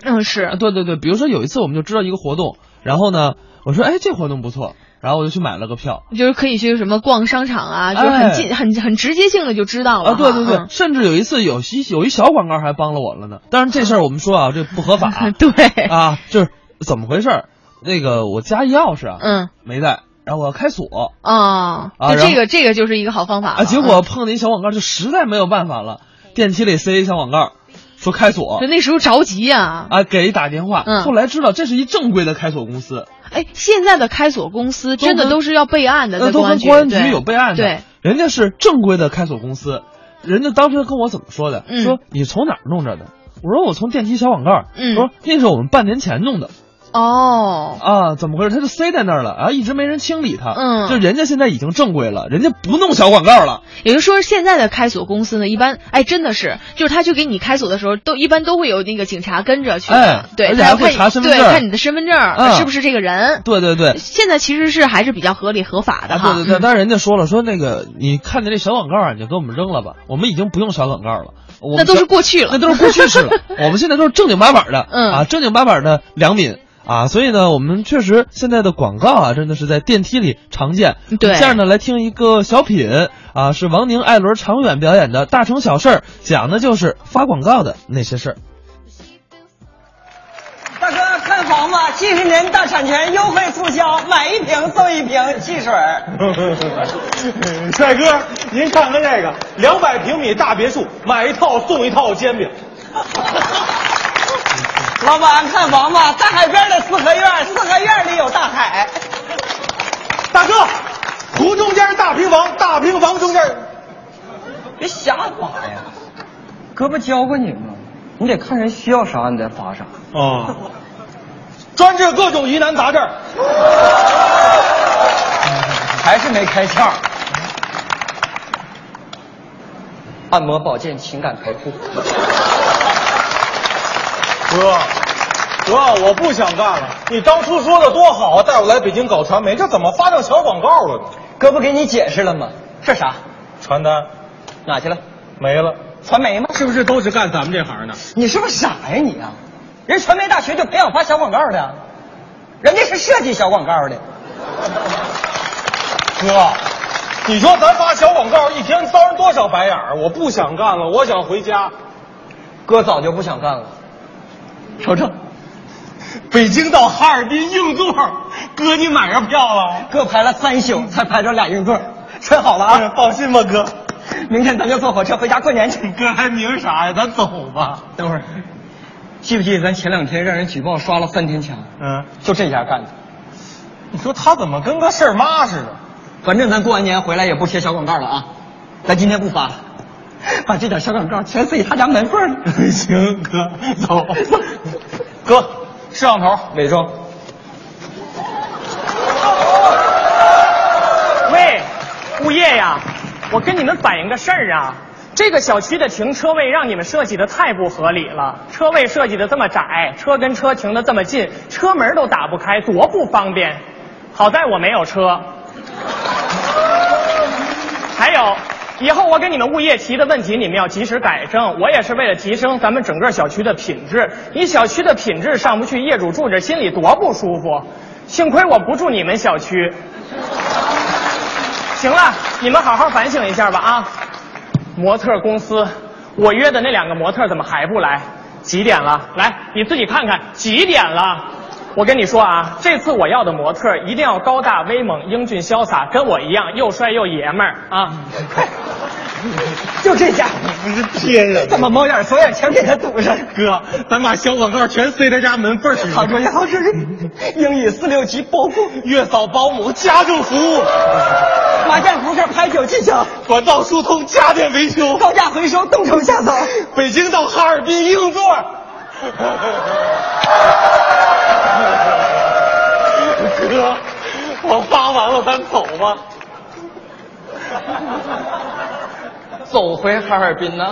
S1: 啊
S2: 嗯是，
S1: 对对对，比如说有一次我们就知道一个活动，然后呢，我说哎这活动不错，然后我就去买了个票，
S2: 就是可以去什么逛商场啊，就是很近、
S1: 哎
S2: 很很直接性的就知道了
S1: 啊，对对对，
S2: 嗯
S1: 甚至有一次有一有一小广告还帮了我了呢。当然这事儿我们说啊，这不合法。
S2: 对
S1: 啊，就是怎么回事儿？那个我家钥匙啊，
S2: 嗯，
S1: 没带，然后我要开锁
S2: 啊，就
S1: 啊然后
S2: 这个这个就是一个好方法了嗯
S1: 啊，结果碰见一小广告，就实在没有办法了，电梯里塞一小广告，说开锁
S2: 就。那时候着急呀、
S1: 啊，给打电话，
S2: 嗯
S1: 后来知道这是一正规的开锁公司，
S2: 哎，现在的开锁公司真的
S1: 跟
S2: 都是要备案的，
S1: 那
S2: 在
S1: 都
S2: 公安
S1: 跟
S2: 局
S1: 公安局
S2: 对
S1: 有备案的，
S2: 对，
S1: 人家是正规的开锁公司，人家当时跟我怎么说的？
S2: 嗯
S1: 说你从哪儿弄着的？我说我从电梯小广告儿，
S2: 嗯
S1: 说那是我们半年前弄的
S2: 哦，
S1: 啊，怎么回事？他就塞在那儿了，然后一直没人清理它，
S2: 嗯
S1: 就人家现在已经正规了，人家不弄小广告了，
S2: 也就是说，现在的开锁公司呢，一般哎，真的是，就是他去给你开锁的时候，都一般都会有那个警察跟着去的，
S1: 哎
S2: 对，
S1: 而且
S2: 他要
S1: 还会
S2: 看你
S1: 查身份
S2: 对
S1: 证儿
S2: 看你的身份证儿、
S1: 嗯
S2: 是不是这个人。
S1: 对对对。
S2: 现在其实是还是比较合理合法的
S1: 啊，
S2: 哈。
S1: 对对对，
S2: 嗯
S1: 但是人家说了，说那个你看见这小广告啊，你就给我们扔了吧，我们已经不用小广告了，我们
S2: 那都
S1: 小
S2: 是过去了
S1: 那都是过 去式了，我们现在都是正经八板的，
S2: 嗯
S1: 啊，正经八板的良民啊，所以呢，我们确实现在的广告啊，真的是在电梯里常见。
S2: 对
S1: 下面呢来听一个小品啊，是王宁、艾伦、常远表演的《大城小事儿》，讲的就是发广告的那些事儿。
S15: 大哥，看房吧，七十年大产权优惠促销，买一瓶送一瓶汽水。
S16: 帅哥，您看看这个，两百平米大别墅，买一套送一套煎饼。
S15: 老板，看房吧，在海边的四合院，四合院里有大海。
S16: 大哥，湖中间大平房，大平房中间。
S15: 别瞎发呀！哥不教过你吗？你得看人需要啥，你再发啥。
S16: 啊，专治各种疑难杂症。
S15: 还是没开窍。按摩、保健、情感陪护。
S16: 哥，哥，我不想干了。你当初说的多好，带我来北京搞传媒，这怎么发到小广告了呢？
S15: 哥不给你解释了吗？这啥？
S16: 传单
S15: 哪去了？
S16: 没了，
S15: 传媒吗？
S16: 是不是都是干咱们这行的？
S15: 你是不是傻呀你啊？人传媒大学就培养发小广告的啊，人家是设计小广告的。
S16: 哥，你说咱发小广告一天遭人多少白眼儿？我不想干了，我想回家。
S15: 哥早就不想干了。瞅瞅，
S16: 北京到哈尔滨硬座，哥你买上票了？
S15: 哥排了三宿才排着俩硬座，穿好了啊！
S16: 放心吧，哥。
S15: 明天咱就坐火车回家过年去。 哥还明啥呀？咱走吧。 等会儿，记不记得咱前两天让人举报刷了翻天墙？嗯，就这家干的。你说他怎么跟个事儿妈似的？反正咱过完年回来也不贴小广告了啊，咱今天不发了，把这点小广告全塞他家门缝里。行，哥，走。哥，摄像头、伪装。
S17: 喂，物业呀，我跟你们反映个事儿啊，这个小区的停车位让你们设计的太不合理了，车位设计的这么窄，车跟车停的这么近，车门都打不开，多不方便。好在我没有车。还有，以后我给你们物业提的问题，你们要及时改正。我也是为了提升咱们整个小区的品质，你小区的品质上不去，业主住着心里多不舒服。幸亏我不住你们小区。行了，你们好好反省一下吧啊！模特公司，我约的那两个模特怎么还不来？几点了？来，你自己看看几点了。我跟你说啊，这次我要的模特一定要高大威猛、英俊潇洒，跟我一样又帅又爷们儿啊！
S15: 就这家，不是天人，他把猫眼锁眼全给他堵上。哥，咱把小广告全塞他家门缝里。好主意，好主意！英语四六级包括月嫂保姆家政服务，马占福这拍酒技巧，管道疏通家电维修，高价回收冻成下走，北京到哈尔滨硬座。
S4: 哥，我发完了，咱走吧。
S15: 走回哈尔滨呢？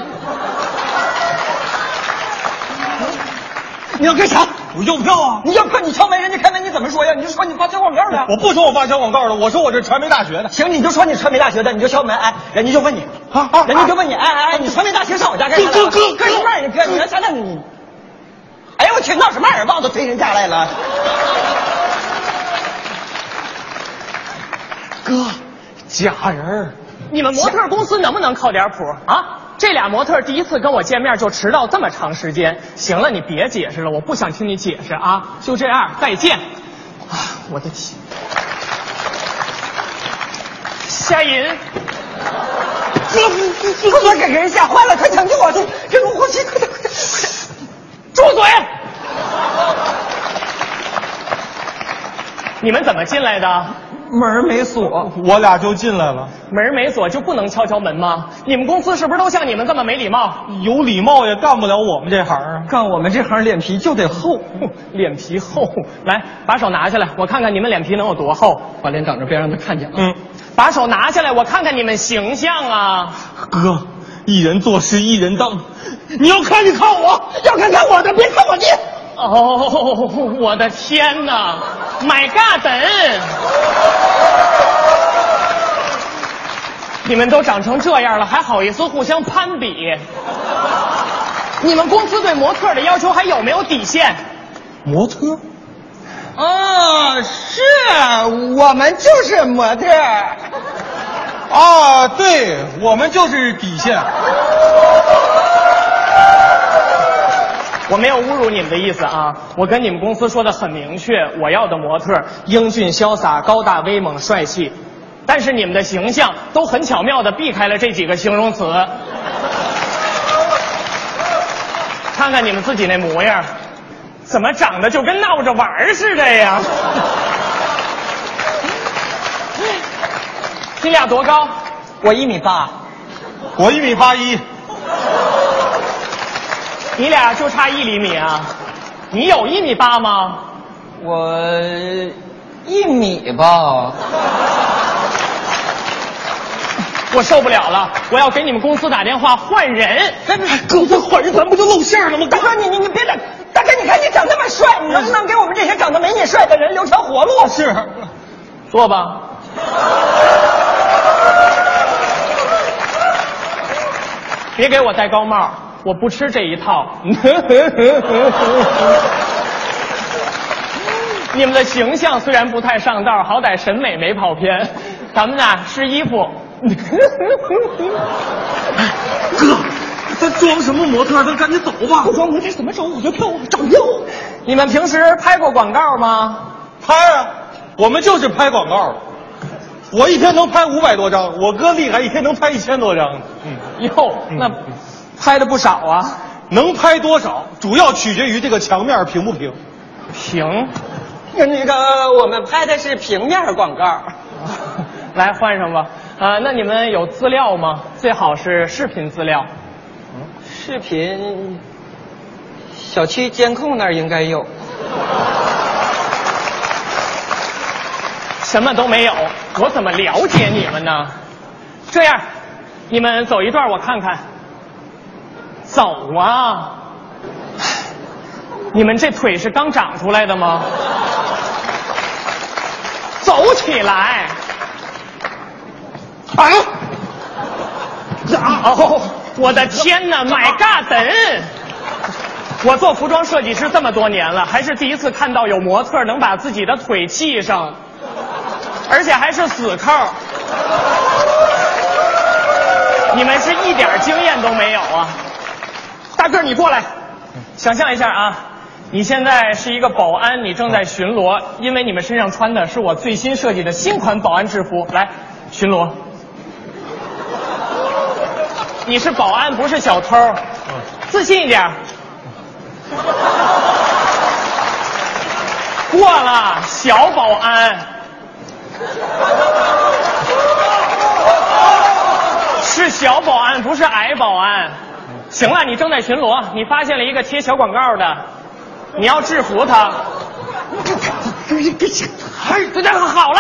S15: 你要干啥？我要不要啊？你要看你敲门，人家开门，你怎么说呀？你就说你发小广告 的。
S16: 我不说我发小广告的，我说我是传媒大学的。
S15: 行，你就说你传媒大学的，你就敲门，哎，人家就问你，啊啊，人家就问你，哎哎哎，你传媒大学上我家干啥的？
S18: 哥哥哥
S15: 哥什么玩意儿？哥，你瞧瞧你，哎呦我去，闹什么玩意儿？袜子推人家来了。
S17: 哥，
S4: 假人儿，
S17: 你们模特公司能不能靠点谱啊？这俩模特第一次跟我见面就迟到这么长时间，行了，你别解释了，我不想听你解释啊，就这样，再见。啊，我的天！夏银，
S15: 你你你快点给人吓坏了，快抢救我去！人工呼吸，快点快点！
S17: 住嘴！你们怎么进来的？
S15: 门没锁，
S16: 我俩 就进来了。
S17: 门没锁就不能敲敲门吗？你们公司是不是都像你们这么没礼貌？
S16: 有礼貌也干不了我们这行啊！
S15: 干我们这行脸皮就得厚，
S17: 哦脸皮厚。来，把手拿下来，我看看你们脸皮能有多厚。
S15: 把脸挡着，别让他看见啊！嗯，
S17: 把手拿下来，我看看你们形象啊！
S16: 哥，一人做事一人当，你要看你看我，
S15: 要看看我的，别看我爹。
S17: 哦，我的天哪！My God！你们都长成这样了，还好意思互相攀比？你们公司对模特的要求还有没有底线？
S16: 模特？
S15: 哦，是我们就是模特。
S16: 啊，对，我们就是底线。
S17: 我没有侮辱你们的意思啊！我跟你们公司说的很明确，我要的模特英俊潇洒、高大威猛、帅气，但是你们的形象都很巧妙的避开了这几个形容词。 看看你们自己那模样，怎么长得就跟闹着玩儿似的呀？ 你俩多高？
S15: 我一米八，
S16: 我一米八一。
S17: 你俩就差一厘米啊！你有一米八吗？
S15: 我一米吧。
S17: 我受不了了，我要给你们公司打电话换人。
S15: 哎哥，咱换人咱不就露馅了吗？大哥，你你你别打！大哥，你看你长那么帅，你能不能给我们这些长得没你帅的人留条活 路？
S16: 是，
S17: 坐吧。别给我戴高帽。我不吃这一套。 你们的形象虽然不太上道，好歹审美没跑偏。咱们呢，试衣 服。
S15: 哎
S4: 哥， 咱装什么模特？咱赶紧走吧。
S15: 不装模特怎么找五月票啊？找票！
S17: 你们平时拍过广告吗？
S16: 拍啊，我们就是拍广告。我一天能拍五百多张，我哥厉害，一天能拍一千多张。嗯， 哟，那拍的不少啊。能拍多少，主要取决于这个墙面平不平。平。
S17: 那个我们拍的是平面广告， 来换上吧。啊、那你们有资料吗？最好是视频资料。
S15: 视频，小区监控那儿应该有。
S17: 什么都没有，我怎么了解你们呢？这样，你们走一段我看看。走啊！你们这腿是刚长出来的吗？走起来！啊！哦，我的天哪，My God！我做服装设计师这么多年了，还是第一次看到有模特能把自己的腿系上，而且还是死扣。你们是一点经验都没有啊！大个儿，你过来，想象一下啊，你现在是一个保安，你正在巡逻，因为你们身上穿的是我最新设计的新款保安制服，来巡逻。你是保安，不是小偷，自信一点。过了，小保安。是小保安，不是矮保安。行了，你正在巡逻，你发现了一个贴小广告的，你要制服他。
S16: 哎
S17: 对对，好了，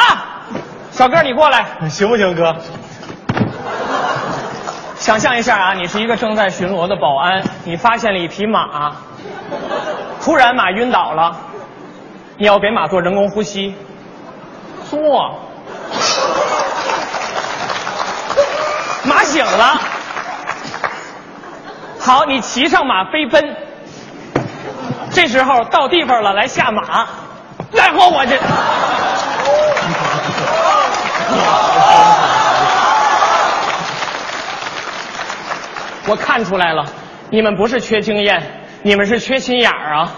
S17: 小哥你过来，
S16: 行不行，哥？
S17: 想象一下啊，你是一个正在巡逻的保安，你发现了一匹马，突然马晕倒了，你要给马做人工呼吸，做，马醒了，好，你骑上马飞奔，这时候到地方了，来下马，来我我这。我看出来了，你们不是缺经验，你们是缺心眼儿啊！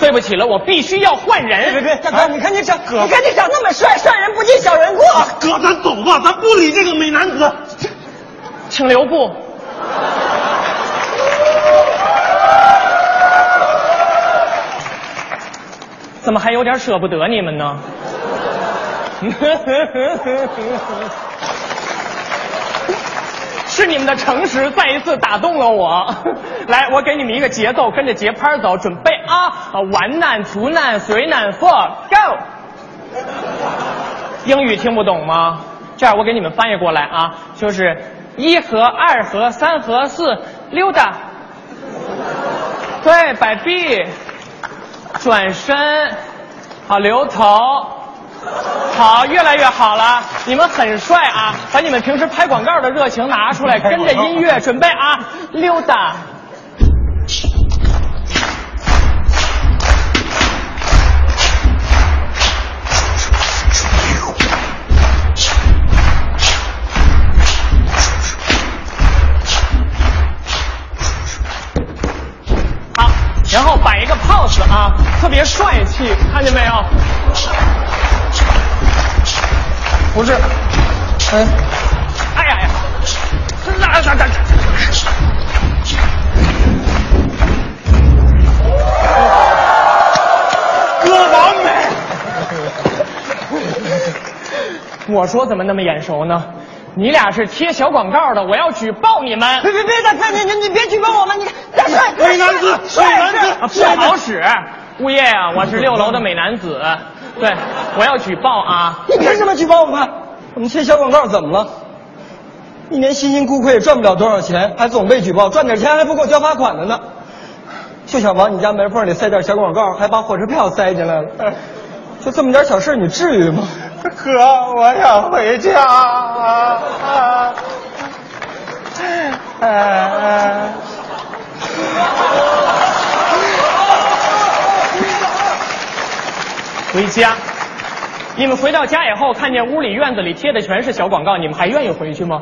S17: 对不起了，我必须要换人。哎别别
S15: 大哥，你看你长，
S16: 哥
S15: 你看你长那么帅，帅人不计小人过。
S16: 啊哥，咱走吧，咱不理这个美男子。
S17: 请留步。怎么还有点舍不得你们呢？是你们的诚实再一次打动了我。来，我给你们一个节奏，跟着节拍走，准备啊！啊，完难、除难、水难、for go。英语听不懂吗？这样我给你们翻译过来啊，就是一和二和三和四溜达，对，摆臂，转身，好留头。好，越来越好了，你们很帅啊！把你们平时拍广告的热情拿出来，跟着音乐准备啊，溜达。好，然后摆一个 pose 啊，特别帅气，看见没有？不是，嗯，哎呀呀，那那那，
S16: 哥完美。
S17: 我说怎么那么眼熟呢？你俩是贴小广告的，我要举报你们！哎
S15: 别别别，大哥，你你你别举报我们，你大帅，
S16: 美男子
S15: 帅
S16: 美男子帅
S15: 帅帅
S16: 男
S17: 啊不好使，物业啊，我是六楼的美男子，对，我要举报啊！
S15: 你凭什么举报我们？我们贴小广告怎么了？一年辛辛苦苦也赚不了多少钱，还总被举报，赚点钱还不够交罚款的呢。就想往你家门缝里塞点小广告，还把火车票塞进来了。就这么点小事，你至于吗？
S16: 哥，我想回家。啊
S15: 哎，
S17: 回家，你们回到家以后，看见屋里院子里贴的全是小广告，你们还愿意回去吗？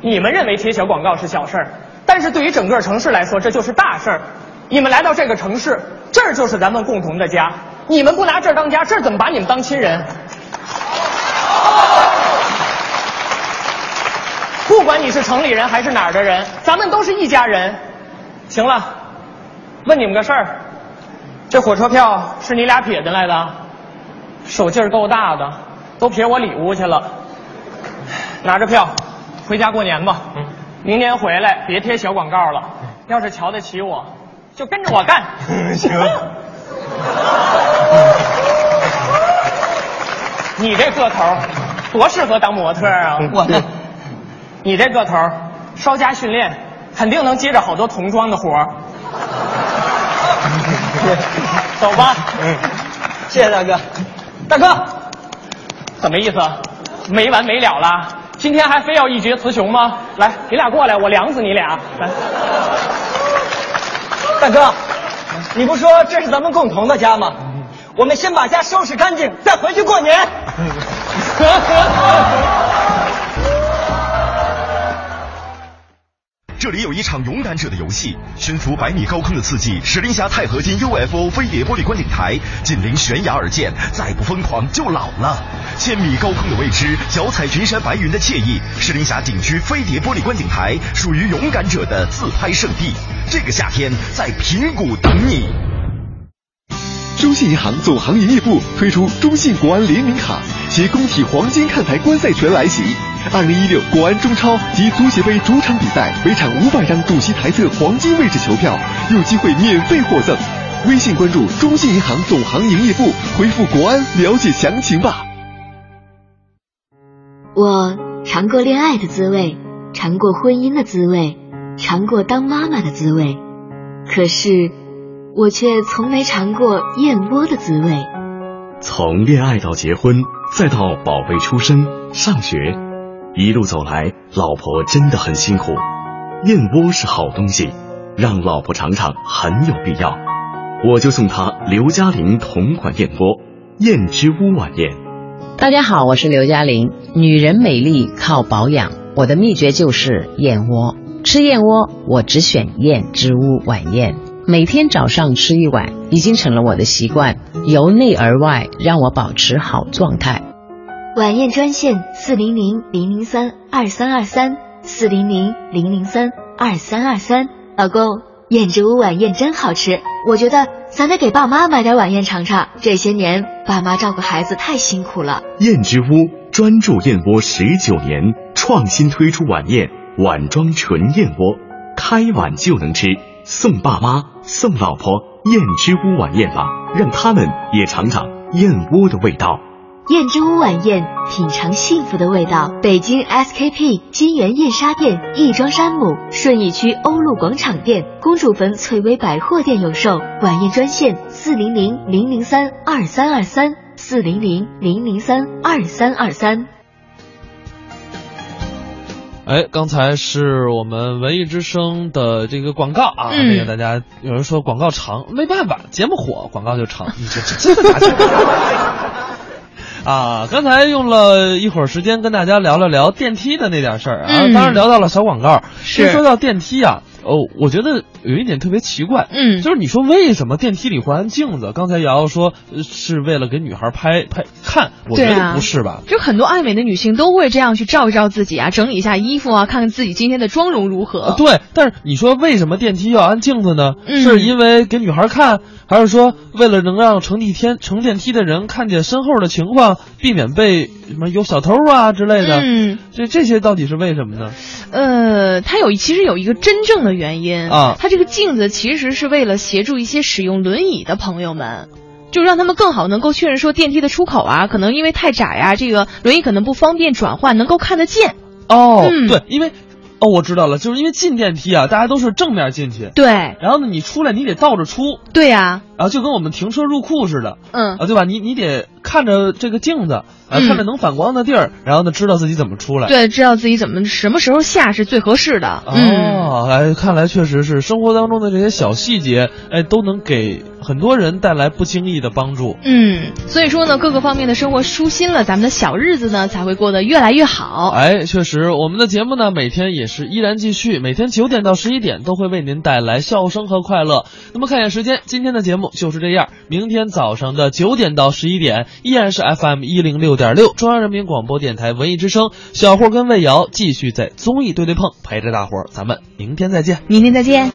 S17: 你们认为贴小广告是小事儿，但是对于整个城市来说，这就是大事儿。你们来到这个城市，这儿就是咱们共同的家。你们不拿这儿当家，这儿怎么把你们当亲人？管你是城里人还是哪儿的人，咱们都是一家人。行了，问你们个事儿，这火车票是你俩撇进来的？手劲儿够大的，都撇我里屋去了。拿着票，回家过年吧。明年回来别贴小广告了，要是瞧得起我，就跟着我干。
S15: 行，
S17: 你这个头儿，多适合当模特儿啊！我，你这个头儿，稍加训练，肯定能接着好多童装的活儿。走吧，谢谢大哥。大哥，怎么意思？啊没完没了了？今天还非要一决雌雄吗？来，你俩过来，我凉死你俩。来，
S15: 大哥， 你不说这是咱们共同的家吗？我们先把家收拾干净，再回去过年。
S6: 这里有一场勇敢者的游戏，悬浮百米高空的刺激，石林峡钛合金 UFO 飞碟玻璃观景台，紧邻悬崖而建，再不疯狂就老了。千米高空的未知，脚踩群山白云的惬意，石林峡景区飞碟玻璃观景台属于勇敢者的自拍圣地。这个夏天，在平谷等你。
S5: 中信银行总行营业部推出中信国安联名卡携工体黄金看台观赛权来袭。二零一六国安中超及足协杯主场比赛，每场五百张主席台侧黄金位置球票，有机会免费获赠。微信关注中信银行总行营业部，回复“国安”了解详情吧。
S7: 我尝过恋爱的滋味，尝过婚姻的滋味，尝过当妈妈的滋味，可是我却从没尝过燕窝的滋味。
S8: 从恋爱到结婚，再到宝贝出生、上学，一路走来，老婆真的很辛苦。燕窝是好东西，让老婆尝尝很有必要。我就送她刘嘉玲同款燕窝——燕之屋晚宴。
S9: 大家好，我是刘嘉玲。女人美丽靠保养，我的秘诀就是燕窝。吃燕窝，我只选燕之屋晚宴，每天早上吃一碗，已经成了我的习惯，由内而外让我保持好状态。
S7: 晚宴专线四零零零零三二三二三四零零零零三二三二三。老公，燕之屋晚宴真好吃，我觉得咱得给爸妈买点晚宴尝尝。这些年爸妈照顾孩子太辛苦了。
S8: 燕之屋专注燕窝十九年，创新推出晚宴碗装纯燕窝，开碗就能吃，送爸妈送老婆燕之屋晚宴吧，让他们也尝尝燕窝的味道。
S7: 燕之屋晚宴，品尝幸福的味道。北京 SKP 金源燕莎店、亦庄山姆、顺义区欧陆广场店、公主坟翠微百货店有售。晚宴专线：四零零零零三二三二三，四零零零零三二三二三。
S1: 哎，刚才是我们文艺之声的这个广告啊，
S2: 嗯
S1: 那个大家有人说广告长，没办法，节目火，广告就长，你这这这个咋讲？啊，刚才用了一会儿时间跟大家聊了聊电梯的那点事儿啊，
S2: 嗯
S1: 当然聊到了小广告。
S2: 是
S1: 说到电梯啊，哦，我觉得有一点特别奇怪，
S2: 嗯
S1: 就是你说为什么电梯里会安镜子？刚才瑶瑶说呃是为了给女孩拍拍看，我觉
S2: 对
S1: 得
S2: 啊
S1: 不是吧？
S2: 就很多爱美的女性都会这样去照一照自己啊，整理一下衣服啊，看看自己今天的妆容如何。
S1: 对，但是你说为什么电梯要安镜子呢？
S2: 嗯
S1: 是因为给女孩看，还是说为了能让乘地天乘电梯的人看见身后的情况，避免被什么有小偷啊之类的？
S2: 嗯，
S1: 这这些到底是为什么呢？
S2: 呃，它有一其实有一个真正的原因
S1: 啊
S2: 它这个镜子其实是为了协助一些使用轮椅的朋友们。就让他们更好能够确认说电梯的出口啊，可能因为太窄啊，这个轮椅可能不方便转换，能够看得见。
S1: 哦，
S2: 嗯
S1: 对，因为。哦，我知道了，就是因为进电梯啊，大家都是正面进去，
S2: 对，
S1: 然后呢，你出来你得倒着出，
S2: 对呀、
S1: 然后就跟我们停车入库似的，
S2: 嗯
S1: 啊，对吧？你你得看着这个镜子，啊，
S2: 嗯
S1: 看着能反光的地儿，然后呢，知道自己怎么出来，
S2: 对，知道自己怎么什么时候下是最合适
S1: 啊
S2: 的。嗯，
S1: 哦，哎，看来确实是生活当中的这些小细节，哎，都能给很多人带来不经意的帮助。
S2: 嗯，所以说呢，各个方面的生活舒心了，咱们的小日子呢才会过得越来越好。
S1: 哎，确实，我们的节目呢，每天也是依然继续，每天九点到十一点都会为您带来笑声和快乐。那么看一眼时间，今天的节目就是这样。明天早上的九点到十一点，依然是 FM 一零六点六，中央人民广播电台文艺之声，小霍跟魏瑶继续在综艺对对碰陪着大伙儿，咱们明天再见。
S2: 明天再见。